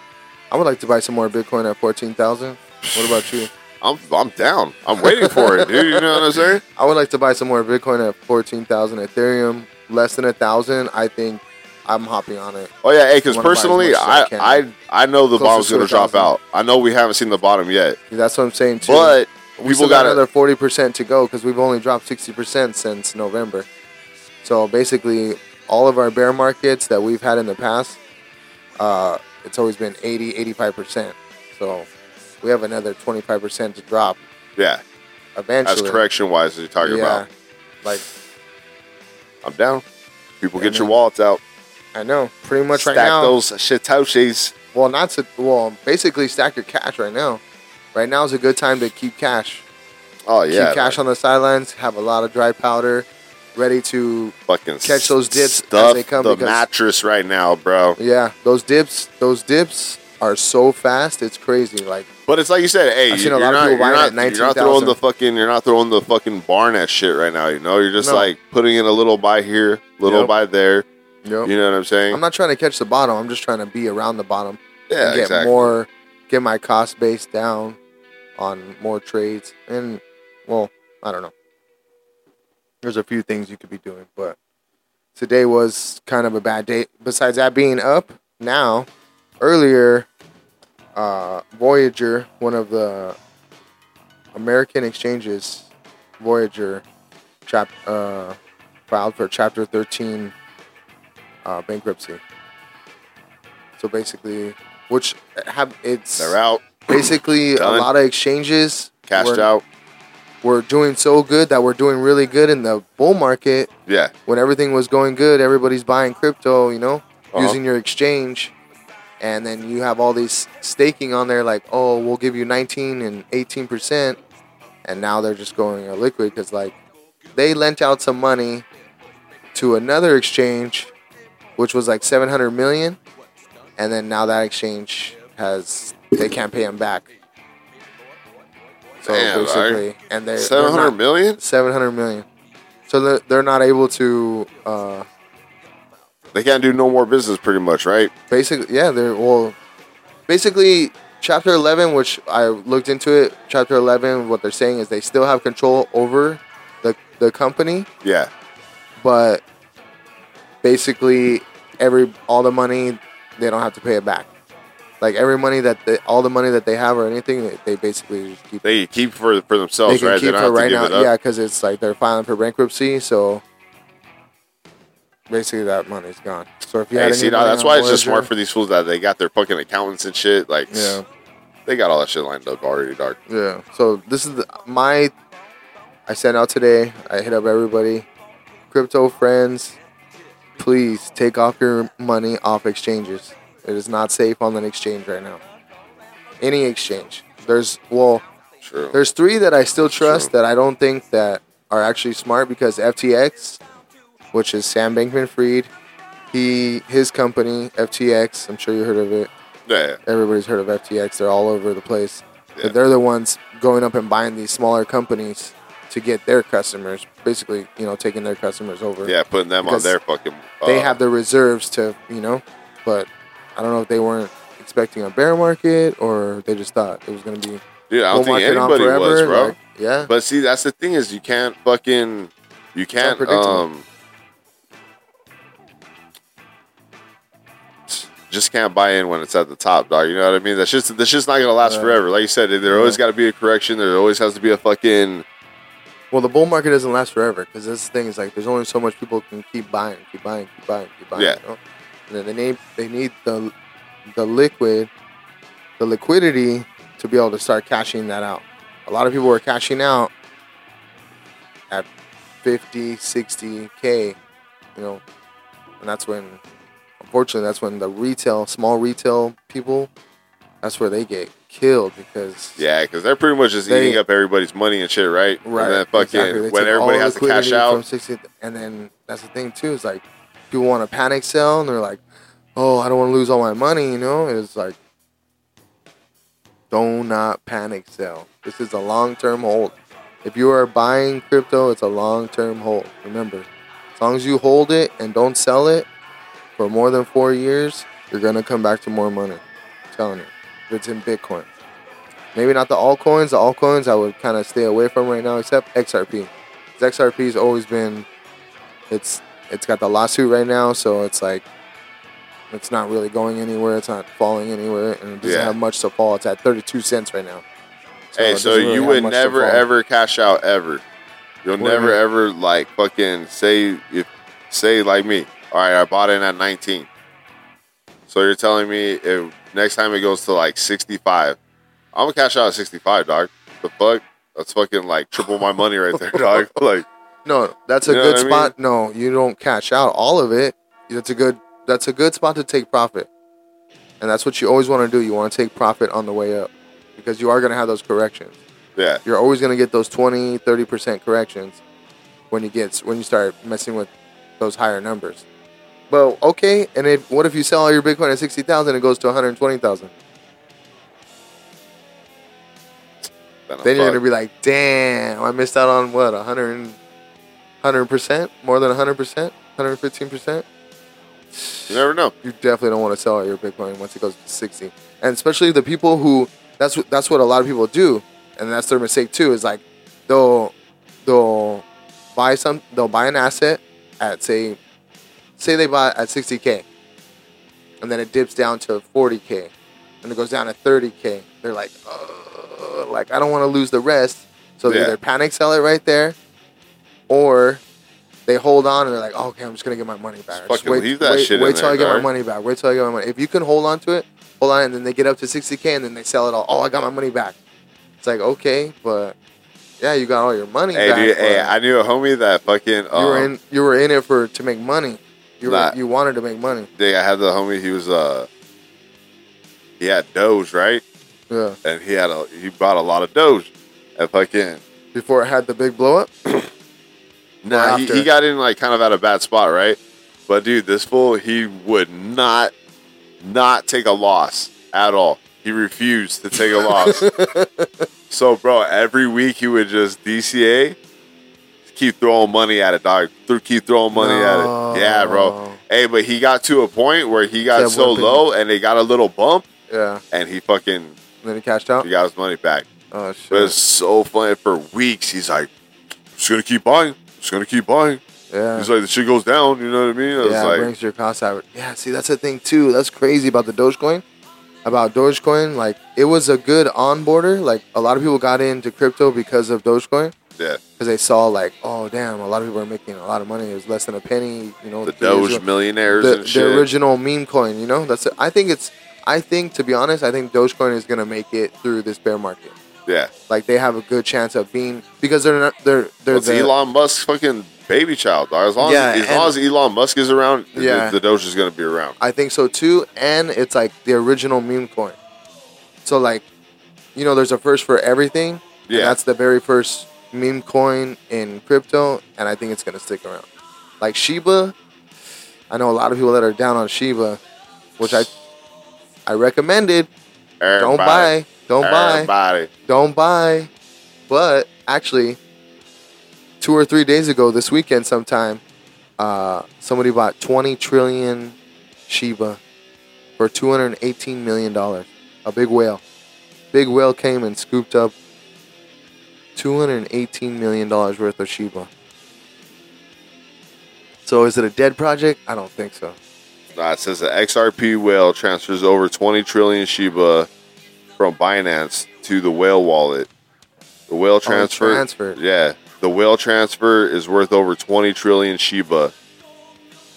S4: I would like to buy some more Bitcoin at fourteen thousand. What about you?
S3: I'm I'm down. I'm waiting for it, dude. You know what I'm saying?
S4: I would like to buy some more Bitcoin at fourteen thousand. Ethereum less than a thousand. I think I'm hopping on it.
S3: Oh yeah, hey, because
S4: I wanna buy as
S3: personally,
S4: much as
S3: I,
S4: I can.
S3: I I know the
S4: Closest
S3: bottom's
S4: to
S3: gonna
S4: a
S3: drop
S4: thousand.
S3: out. I know we haven't seen the bottom yet,
S4: That's what I'm saying too.
S3: but
S4: we
S3: people
S4: still
S3: got
S4: got
S3: to
S4: another forty percent to go because we've only dropped sixty percent since November. So basically, all of our bear markets that we've had in the past, uh, it's always been 80, 85 percent. So we have another twenty five percent to drop
S3: yeah.
S4: eventually.
S3: That's correction wise that you're talking
S4: yeah,
S3: about.
S4: like
S3: I'm down. People
S4: Yeah,
S3: get your
S4: man.
S3: wallets out.
S4: I know pretty much
S3: Stack
S4: right now.
S3: those shitoshis.
S4: Well, not to well, basically stack your cash right now. Right now is a good time to keep cash.
S3: Oh yeah,
S4: keep cash on the sidelines. Have a lot of dry powder, ready to
S3: fucking
S4: catch those dips as
S3: Stuff
S4: they come
S3: the
S4: because-
S3: mattress right now, bro.
S4: yeah. Those dips, those dips are so fast. It's crazy. Like
S3: But it's like you said, hey,
S4: I've
S3: you-
S4: seen a
S3: you're
S4: lot of
S3: not,
S4: people
S3: you're
S4: buying
S3: not,
S4: it at
S3: you're not throwing
S4: 19,000.
S3: the fucking, you're not throwing the fucking barn at shit right now. You know, you're just
S4: No.
S3: like putting in a little by here, little
S4: Yep.
S3: by there.
S4: yep.
S3: You know what I'm saying?
S4: I'm not trying to catch the bottom. I'm just trying to be around the bottom
S3: yeah,
S4: and get
S3: exactly.
S4: more, get my cost base down on more trades. And well, I don't know. There's a few things you could be doing, but today was kind of a bad day. Besides that being up now, earlier, uh, Voyager, one of the American exchanges, Voyager, chap, uh, filed for Chapter 13 uh, bankruptcy. So basically, which have it's
S3: They're out,
S4: basically a
S3: Done.
S4: lot of exchanges
S3: cashed
S4: were,
S3: out.
S4: were doing so good that we're doing really good in the bull market
S3: Yeah,
S4: when everything was going good everybody's buying crypto you know
S3: Uh-huh.
S4: using your exchange and then you have all these staking on there like oh we'll give you 19 and 18% and now they're just going liquid because like they lent out some money to another exchange which was like 700 million and then now that exchange has they can't pay them back so
S3: Damn,
S4: basically and they they're
S3: seven hundred
S4: not-
S3: million.
S4: 700 million so they're, they're not able to uh
S3: They can't do no more business, pretty much, right?
S4: basically yeah they're well basically chapter 11 which i looked into it chapter 11 what they're saying is they still have control over the the company
S3: Yeah,
S4: but basically every all the money they don't have to pay it back like every money that they, all the money that they have or anything they, they basically just keep
S3: they keep for for
S4: they
S3: themselves,
S4: can
S3: right? They
S4: keep
S3: don't
S4: her
S3: have to
S4: right
S3: give it
S4: now. Yeah,
S3: up.
S4: because it's like they're filing for bankruptcy, so basically that money's gone. So if you
S3: Hey,
S4: had
S3: see,
S4: any
S3: now,
S4: money
S3: that's
S4: on
S3: why it's just
S4: Voyager-
S3: smart for these fools that they got their fucking accountants and shit. Like,
S4: Yeah,
S3: they got all that shit lined up already, dog.
S4: yeah. So this is the, my. I sent out today. I hit up everybody, crypto friends. Please take off your money off exchanges. It is not safe on an exchange right now. Any exchange. There's well,
S3: True.
S4: There's three that I still trust
S3: True.
S4: that I don't think that are actually smart because FTX, which is Sam Bankman-Fried, he his company FTX. I'm sure you heard of it.
S3: yeah,
S4: Everybody's heard of FTX. They're all over the place.
S3: Yeah.
S4: But they're the ones going up and buying these smaller companies to get their customers. Basically, you know, taking their customers over.
S3: yeah, putting them on
S4: Because
S3: their fucking.
S4: They
S3: uh,
S4: have the reserves to, you know, but I don't know if they weren't expecting a bear market or they just thought it was going to be
S3: Dude, I don't
S4: bull
S3: think
S4: market on
S3: anybody was,
S4: forever,
S3: bro.
S4: like, yeah.
S3: but see, that's the thing is you can't fucking, you can't.
S4: unpredictable.
S3: um Just can't buy in when it's at the top, dog. You know what I mean? That's just that's just not gonna last
S4: Yeah.
S3: forever. Like you said, there always
S4: Yeah.
S3: got to be a correction. There always has to be a fucking
S4: Well, the bull market doesn't last forever because this thing is like there's only so much people can keep buying, keep buying, keep buying, keep buying.
S3: Yeah.
S4: You know? And then they need they need the the liquid, the liquidity to be able to start cashing that out. A lot of people were cashing out at 50, 60 k, you know, and that's when, unfortunately, that's when the retail, small retail people, that's where they get killed because
S3: yeah, because they're pretty much just
S4: They-
S3: eating up everybody's money and shit, right?
S4: Right.
S3: And then fucking
S4: exactly. They
S3: when
S4: took
S3: everybody
S4: all
S3: has to cash
S4: liquidity From
S3: out,
S4: 60, and then that's the thing too is like people want to panic sell and they're like, oh, I don't want to lose all my money. You know, it's like, don't not panic sell. This is a long term hold. If you are buying crypto, it's a long term hold. Remember, As long as you hold it and don't sell it for more than four years, you're gonna come back to more money. I'm telling you, if it's in Bitcoin. Maybe not the altcoins. The altcoins I would kind of stay away from right now, except XRP. 'Cause XRP's always been, it's it's got the lawsuit right now, so it's like, it's not really going anywhere. It's not falling anywhere, and it doesn't
S3: Yeah.
S4: have much to fall. It's at 32 cents right now.
S3: hey,
S4: it
S3: so
S4: doesn't really
S3: you
S4: have
S3: would
S4: much to
S3: never
S4: fall.
S3: ever cash out ever. You'll
S4: What do you
S3: never
S4: mean?
S3: ever like fucking say if say like me. All right, I bought in at 19. So you're telling me if next time it goes to like 65, I'm gonna cash out at 65, dog. The fuck? That's fucking like triple my money right there, dog. Like
S4: No, that's a
S3: You know
S4: good
S3: what I
S4: spot. No, you don't cash out all of it. That's a good. That's a good spot to take profit, and that's what you always want to do. You want to take profit on the way up because you are going to have those corrections.
S3: yeah,
S4: You're always going to get those 20, 30 percent corrections when you get when you start messing with those higher numbers. Well, okay, and if what if you sell all your Bitcoin at sixty thousand and it goes to one hundred twenty thousand?
S3: then, I'm
S4: Then you're
S3: fucked.
S4: gonna be like, damn, I missed out on what, 100 percent, more than hundred percent, hundred fifteen percent.
S3: you never know.
S4: you definitely don't want to sell out your Bitcoin once it goes to 60. And especially the people who that's what that's what a lot of people do, and that's their mistake too. Is like they'll they'll buy some they'll buy an asset at say say they buy at 60k, and then it dips down to 40k, and it goes down to 30k. They're like, Ugh, like I don't want to lose the rest, so they
S3: Yeah.
S4: either panic sell it right there, or they hold on and they're like, okay, I'm just gonna get my money back.
S3: Just fucking leave that
S4: wait,
S3: shit in
S4: Wait till
S3: there,
S4: I get
S3: dog.
S4: my money back. Wait till I get my money. If you can hold on to it, hold on, and then they get up to 60k and then they sell it all. Oh, I got my money back. It's like okay, but yeah, you got all your money
S3: Hey,
S4: back.
S3: dude, hey,
S4: but
S3: I knew a homie that fucking um,
S4: you were in you were in it for to make money. You
S3: Nah.
S4: were, you wanted to make money.
S3: They, I had the homie. He was uh, he had Doge, right?
S4: Yeah.
S3: And he had a he bought a lot of Doge. And fucking
S4: Before it had the big blow up.
S3: nah, he,
S4: after.
S3: he got in like kind of at a bad spot, right? But dude, this fool he would not not take a loss at all. He refused to take a loss. so bro, every week he would just DCA. Keep throwing money at it, dog. Through keep throwing money
S4: No.
S3: at it. Yeah, bro. Hey, but he got to a point where he got
S4: Said
S3: so
S4: one thing.
S3: low and they got a little bump
S4: Yeah. And
S3: and he fucking
S4: then he cashed out.
S3: he got his money back.
S4: Oh
S3: But it's
S4: shit.
S3: so funny for weeks. He's like, just gonna keep buying. Just gonna keep buying.
S4: Yeah.
S3: He's like, the shit goes down. You know what I mean? I was
S4: yeah, it
S3: like,
S4: brings your cost average. Yeah, see, that's the thing too. That's crazy about the Dogecoin. About Dogecoin, like it was a good onboarder. Like a lot of people got into crypto because of Dogecoin
S3: yeah,
S4: because they saw like, oh damn, a lot of people are making a lot of money. It was less than a penny. You know,
S3: the
S4: three years
S3: Doge
S4: ago.
S3: millionaires
S4: the,
S3: and
S4: the
S3: shit.
S4: original meme coin. You know, that's. It. I think it's. I think to be honest, I think Dogecoin is gonna make it through this bear market.
S3: yeah,
S4: Like they have a good chance of being because they're not. They're they're
S3: it's
S4: the,
S3: Elon Musk's fucking baby child. Dog. As long
S4: Yeah,
S3: as, as
S4: and-
S3: long as Elon Musk is around, the-
S4: Yeah.
S3: the, Doge is gonna be around.
S4: I think so too, and it's like the original meme coin. So like, you know, there's a first for everything.
S3: Yeah.
S4: And that's the very first meme coin in crypto, and I think it's gonna stick around. Like Shiba, I know a lot of people that are down on Shiba, which I I recommended. Don't buy. Don't buy
S3: Everybody.
S4: don't buy. But actually, two or three days ago, this weekend sometime, uh, somebody bought 20 trillion Shiba for 218 million dollars. A big whale, big whale came and scooped up 218 million dollars worth of Shiba. So is it a dead project? I don't think so.
S3: Nah, it says the XRP whale transfers over 20 trillion Shiba from Binance to the whale wallet. The whale transfer,
S4: transferred.
S3: yeah, the whale transfer is worth over 20 trillion Shiba,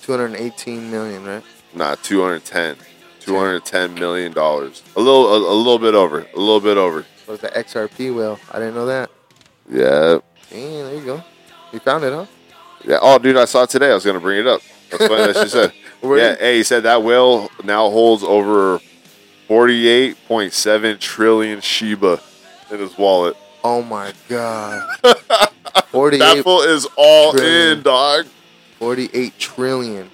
S4: 218 million, right?
S3: not 210, 210 million dollars. A little, a, a little bit over, a little bit over.
S4: What is the XRP whale? I didn't know that.
S3: Yeah,
S4: Damn, there you go. You found it, huh?
S3: yeah. Oh, dude, I saw it today. I was gonna bring it up. That's funny that she said.
S4: Really?
S3: Yeah, hey, he said that whale now holds over 48.7 trillion Shiba in his wallet.
S4: Oh my god.
S3: That
S4: 48,
S3: fool is all
S4: trillion.
S3: in, dog.
S4: 48 trillion.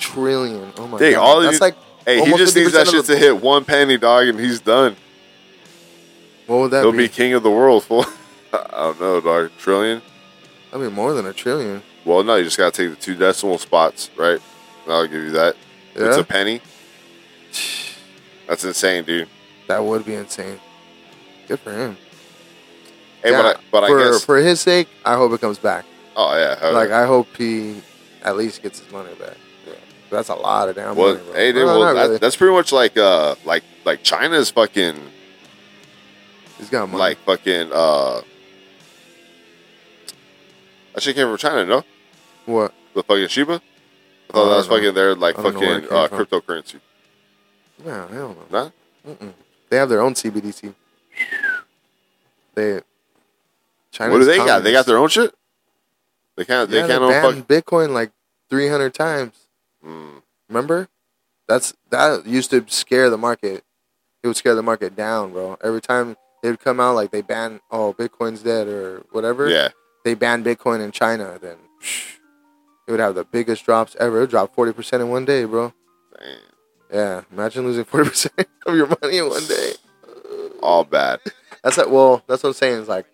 S4: Trillion. Oh my
S3: Dang,
S4: god.
S3: all he-
S4: That's like
S3: Hey, he
S4: almost
S3: just needs
S4: 50%
S3: that
S4: of
S3: shit
S4: the-
S3: to hit one penny, dog, and he's done.
S4: what would that
S3: He'll
S4: be?
S3: be king of the world, fool. I don't know, dog. Trillion?
S4: I mean, more than a trillion.
S3: Well, no, you just gotta take the two decimal spots, right? And I'll give you that.
S4: Yeah,
S3: It's a penny. That's insane, dude.
S4: that would be insane. Good for him.
S3: Hey,
S4: Yeah,
S3: but I, but
S4: for
S3: I guess.
S4: for his sake, I hope it comes back.
S3: oh yeah. hell
S4: Like
S3: yeah.
S4: I hope he at least gets his money back.
S3: Yeah.
S4: That's a lot of damn
S3: well,
S4: money. bro.
S3: hey, dude.
S4: Well,
S3: well, that,
S4: not really.
S3: that's pretty much like uh, like like China's fucking
S4: Mm-hmm. he's got money.
S3: like fucking uh. That shit came from China, no?
S4: what?
S3: The fucking Shiba. I
S4: Oh,
S3: thought
S4: I
S3: that was
S4: don't know.
S3: fucking their like
S4: I don't know where
S3: fucking
S4: it came
S3: uh,
S4: from.
S3: cryptocurrency.
S4: No, hell no.
S3: Nah?
S4: Mm-mm. They have their own CBDC. They. China's
S3: What do they got?
S4: communist.
S3: They got their own shit. They can't.
S4: Yeah,
S3: they can't own
S4: banned
S3: fucking.
S4: Bitcoin like three hundred times.
S3: Mm,
S4: Remember? That's that used to scare the market. It would scare the market down, bro. Every time they would come out like they ban oh Bitcoin's dead or whatever.
S3: yeah.
S4: They banned Bitcoin in China, then psh, it would have the biggest drops ever. It would drop forty percent in one day, bro.
S3: Damn.
S4: Yeah. Imagine losing forty percent of your money in one day.
S3: All bad.
S4: That's like well, that's what I'm saying. It's like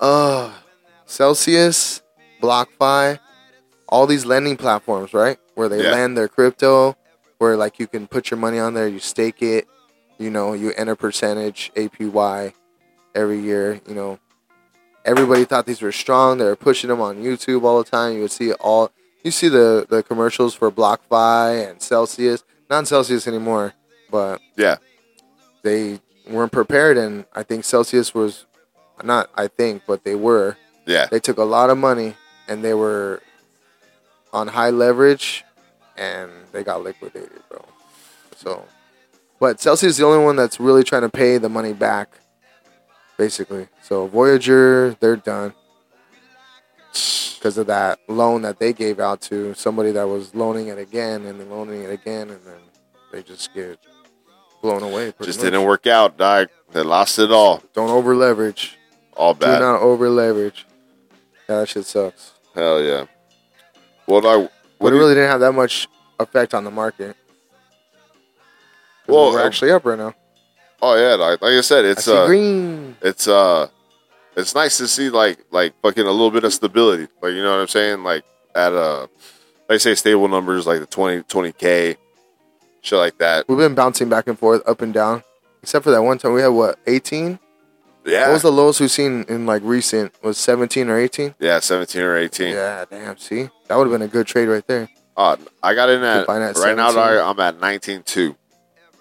S4: uh Celsius, BlockFi, all these lending platforms, right? Where they
S3: Yeah.
S4: lend their crypto, where like you can put your money on there, you stake it, you know, you enter percentage APY every year, you know. Everybody thought these were strong. They were pushing them on YouTube all the time. You would see it all you see the the commercials for BlockFi and Celsius. Not Celsius anymore, but
S3: Yeah.
S4: they weren't prepared and I think Celsius was not I think but they were
S3: Yeah.
S4: they took a lot of money and they were on high leverage and they got liquidated bro so but Celsius is the only one that's really trying to pay the money back basically so Voyager they're done because of that loan that they gave out to somebody that was loaning it again and then loaning it again and then they just get blown away pretty
S3: Just
S4: much.
S3: didn't work out, dog. They lost it all.
S4: Don't over leverage.
S3: All
S4: Do
S3: bad.
S4: not over leverage. Yeah, that shit sucks.
S3: Hell yeah. Well, I. What do
S4: But it
S3: you-
S4: really didn't have that much effect on the market. 'Cause
S3: Well,
S4: we're
S3: uh,
S4: actually up right now.
S3: Oh yeah, like, like I said,
S4: I
S3: it's
S4: see
S3: uh,
S4: green.
S3: it's uh, it's nice to see like like fucking a little bit of stability. Like you know what I'm saying? Like at uh, like I say, stable numbers like the 20 20 k, shit like that.
S4: We've been bouncing back and forth, up and down. Except for that one time we had what eighteen. What
S3: Yeah,
S4: was the lowest we've seen in like recent? Was seventeen or eighteen?
S3: yeah, 17 or 18.
S4: Yeah, damn. See, that would have been a good trade right there.
S3: Uh, I got in at
S4: Combine at
S3: right now.
S4: 17.
S3: Dog, I'm at 19 two.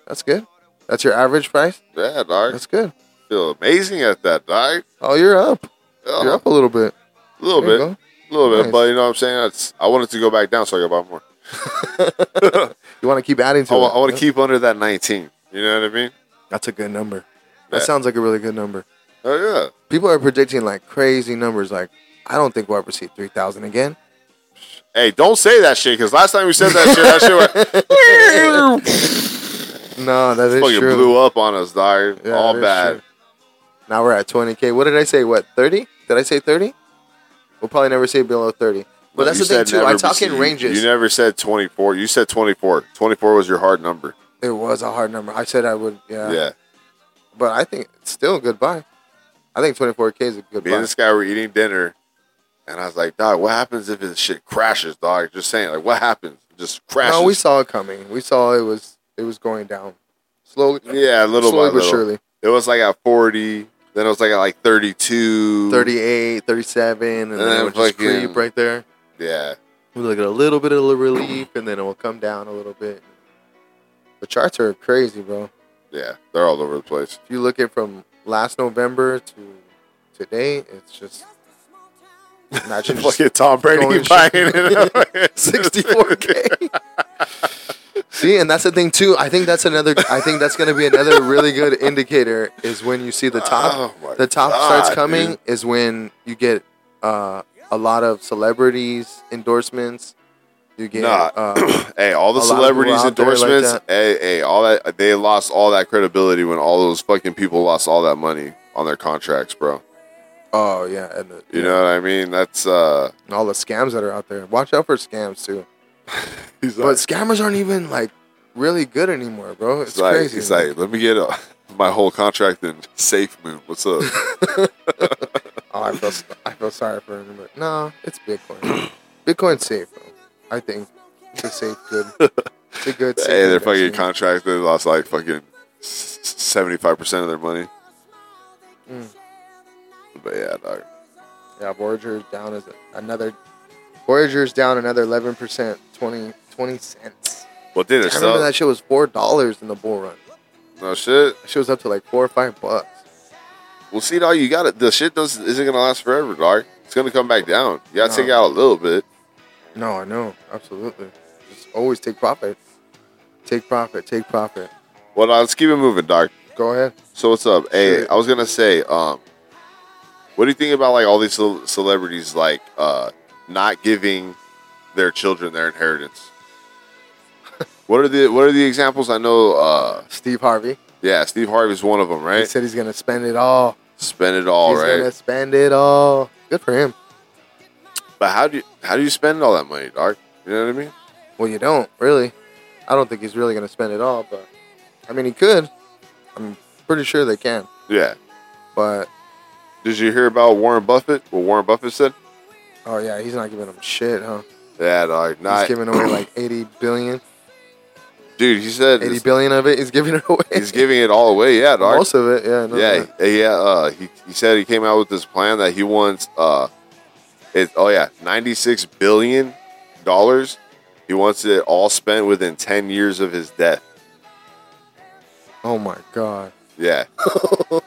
S4: That's good. That's your average price.
S3: Yeah, dog,
S4: That's good.
S3: feel amazing at that, dog.
S4: Oh, you're up.
S3: Yeah,
S4: You're up a little bit.
S3: Uh-huh. a little
S4: There you
S3: bit. A
S4: go.
S3: little bit,
S4: Nice.
S3: but you know what I'm saying? It's, I wanted to go back down so I could buy more.
S4: You want to keep adding to
S3: I,
S4: it.
S3: wa- I want to
S4: Yeah.
S3: keep under that 19. You know what I mean?
S4: That's a good number. That
S3: Yeah.
S4: sounds like a really good number.
S3: Oh, yeah.
S4: people are predicting like crazy numbers. Like, I don't think we'll ever see 3,000 again.
S3: Hey, don't say that shit because last time we said that shit, that shit went,
S4: No, that is
S3: fucking
S4: true.
S3: blew up on us, dog.
S4: Yeah,
S3: All
S4: that is
S3: bad.
S4: true. Now we're at 20K. What did I say? What, 30? Did I say 30? We'll probably never say below 30. But that's
S3: You
S4: the thing,
S3: said
S4: too.
S3: never
S4: I
S3: be
S4: talk
S3: seen.
S4: in ranges.
S3: You never said 24. You said 24. 24 was your hard number.
S4: it was a hard number. I said I would, yeah.
S3: Yeah.
S4: But I think it's still a good buy. I think 24K is a good
S3: Me and
S4: buy.
S3: this guy were eating dinner, and I was like, dog, what happens if this shit crashes, dog? Just saying, like, what happens? Just crashes.
S4: No, we saw it coming. We saw it was it was going down slowly,
S3: yeah, little
S4: slowly
S3: by
S4: but
S3: little.
S4: surely.
S3: It was like at 40. Then it was like at like 32.
S4: 38, 37,
S3: And
S4: and, then,
S3: then
S4: it would just
S3: fucking-
S4: creep right there.
S3: Yeah.
S4: we look at a little bit of a relief and then it will come down a little bit. The charts are crazy, bro. If
S3: Yeah. They're all over the place.
S4: you look at from last November to today, it's just imagine just
S3: Fucking Tom Brady
S4: going
S3: buying it.
S4: 64k. See, and that's the thing too. I think that's another. I think that's going to be another really good indicator is when you see the top.
S3: Oh my
S4: the top
S3: God,
S4: starts coming
S3: dude.
S4: is when you get uh, a lot of celebrities endorsements. You get
S3: Nah.
S4: uh,
S3: hey, all the
S4: A lot of people
S3: celebrities
S4: out there like
S3: endorsements.
S4: that.
S3: hey, hey, all that they lost all that credibility when all those fucking people lost all that money on their contracts, bro.
S4: oh yeah, and the,
S3: You know what I mean? That's uh.
S4: and all the scams that are out there. Watch out for scams too. But scammers aren't even like really good anymore, bro. It's
S3: It's like,
S4: crazy.
S3: He's like, let me get uh my whole contract in safe moon. What's up?
S4: Oh, I feel I feel sorry for him, but no, it's Bitcoin. Bitcoin's safe, bro. I think it's a safe good. It's a good. Safe
S3: Hey, their fucking
S4: investment.
S3: contract, they lost like fucking seventy five percent of their money.
S4: Mm.
S3: But yeah, dog.
S4: Yeah, Voyager's down is another. Voyager's down another eleven percent, 20, 20 cents.
S3: Well, dude,
S4: I
S3: it's
S4: remember
S3: still
S4: that shit was four dollars in the bull run.
S3: no shit.
S4: That shit was up to like four or five bucks.
S3: Well, see, dog, you got it. The shit does isn't gonna last forever, dog. It's gonna come back down. You gotta
S4: No.
S3: take it out a little bit.
S4: No, I know, absolutely. Just always take profit. Take profit. Take profit.
S3: Well, now, let's keep it moving, dog.
S4: Go ahead.
S3: So what's up? Hey,
S4: Sure.
S3: I was gonna say, um, what do you think about like all these cel- celebrities like uh, not giving their children their inheritance? what are the What are the examples? I know. Uh,
S4: Steve Harvey.
S3: yeah, Steve Harvey's one of them,
S4: He
S3: right?
S4: said he's gonna spend it all.
S3: Spend it all,
S4: he's
S3: right?
S4: gonna spend it all. Good for him.
S3: But how do you How do you spend all that money, dog? You know what I mean?
S4: Well, you don't really. I don't think he's really gonna spend it all, but I mean, he could. I'm pretty sure they can.
S3: Yeah.
S4: But
S3: Did you hear about Warren Buffett? What Warren Buffett said?
S4: oh yeah, he's not giving them shit, huh?
S3: Yeah, dog. Not
S4: he's giving away like 80 billion.
S3: dude. He said
S4: 80 billion of it. He's giving it away.
S3: he's giving it all away. Yeah, dog.
S4: most of it. Yeah. No,
S3: yeah, yeah. Uh, he, he said he came out with this plan that he wants. Uh, it oh yeah, ninety six billion dollars. He wants it all spent within ten years of his death.
S4: Oh my god.
S3: Yeah,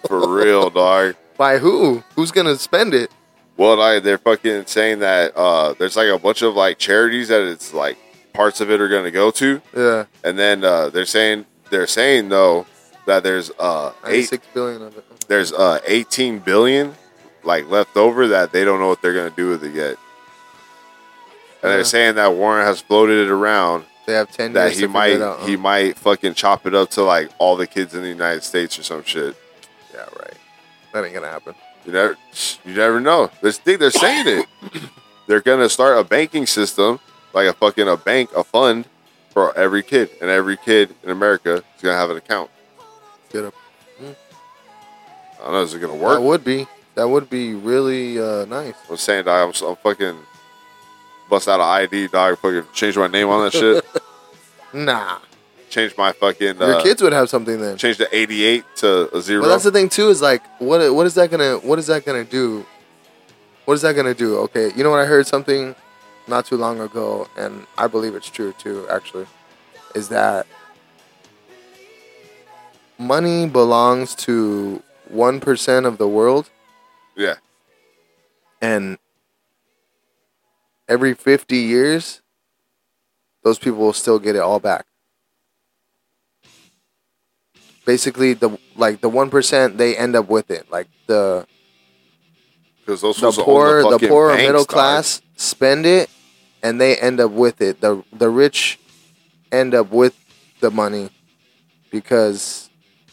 S3: for real, dog.
S4: By who? Who's gonna spend it?
S3: Well, like they're fucking saying that uh, there's like a bunch of like charities that it's like parts of it are gonna go to,
S4: Yeah.
S3: and then uh, they're saying they're saying though that there's uh eight,
S4: 96 billion of it.
S3: there's uh eighteen billion like left over that they don't know what they're gonna do with it yet. And
S4: Yeah.
S3: they're saying that Warren has floated it around
S4: They have 10
S3: that
S4: years
S3: he
S4: to figure
S3: might
S4: it out, huh?
S3: he might fucking chop it up to like all the kids in the United States or some shit.
S4: Yeah, right. That ain't gonna happen.
S3: You never you never know. This thing they're saying it. they're gonna start a banking system, like a fucking a bank, a fund for every kid, and every kid in America is gonna have an account.
S4: Get up.
S3: I don't know, is it gonna
S4: That
S3: work?
S4: would be. That would be really uh, nice.
S3: I'm saying, dog, I'm, so- I'm fucking bust out an ID, dog. Fucking change my name on that shit.
S4: Nah.
S3: change my fucking. Uh,
S4: Your kids would have something then.
S3: Change the 88 to a zero.
S4: Well, that's the thing too. Is like, what what is that gonna what is that gonna do? What is that gonna do? Okay, you know what? I heard something not too long ago, and I believe it's true too. Actually, is that money belongs to one percent of the world,
S3: yeah.
S4: and every fifty years, those people will still get it all back. Basically, the like the one percent they end up with it, like the
S3: Because those
S4: the
S3: fools own
S4: poor, the,
S3: fucking
S4: poor or
S3: banks,
S4: middle
S3: dog.
S4: class spend it, and they end up with it. the The rich end up with the money because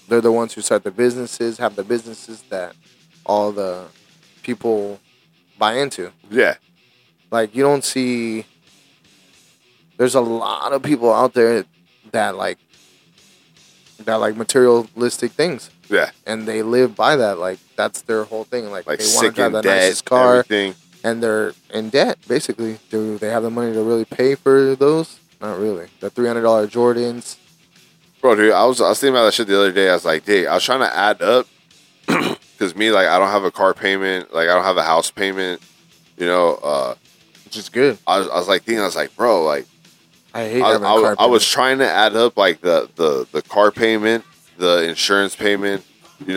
S4: they're the ones who start the businesses, have the businesses that all the people buy into.
S3: Yeah.
S4: Like you don't see. There's a lot of people out there that like that like materialistic things,
S3: Yeah.
S4: and they live by that. Like that's their whole thing. Like,
S3: Like
S4: they want to
S3: sick
S4: drive
S3: and
S4: the
S3: dead.
S4: nicest car
S3: Everything.
S4: and they're in debt basically. Do they have the money to really pay for those? Not really. The three hundred dollar Jordans.
S3: Bro, dude, I was I was thinking about that shit the other day. I was like, dude, I was trying to add up because me, like, I don't have a car payment, like, I don't have a house payment. You know, uh,
S4: Which is good.
S3: I was, I was like thinking, I was like, bro, like,
S4: I hate
S3: I,
S4: having a
S3: I,
S4: car
S3: I was
S4: payment.
S3: trying to add up like the, the, the car payment, the insurance payment,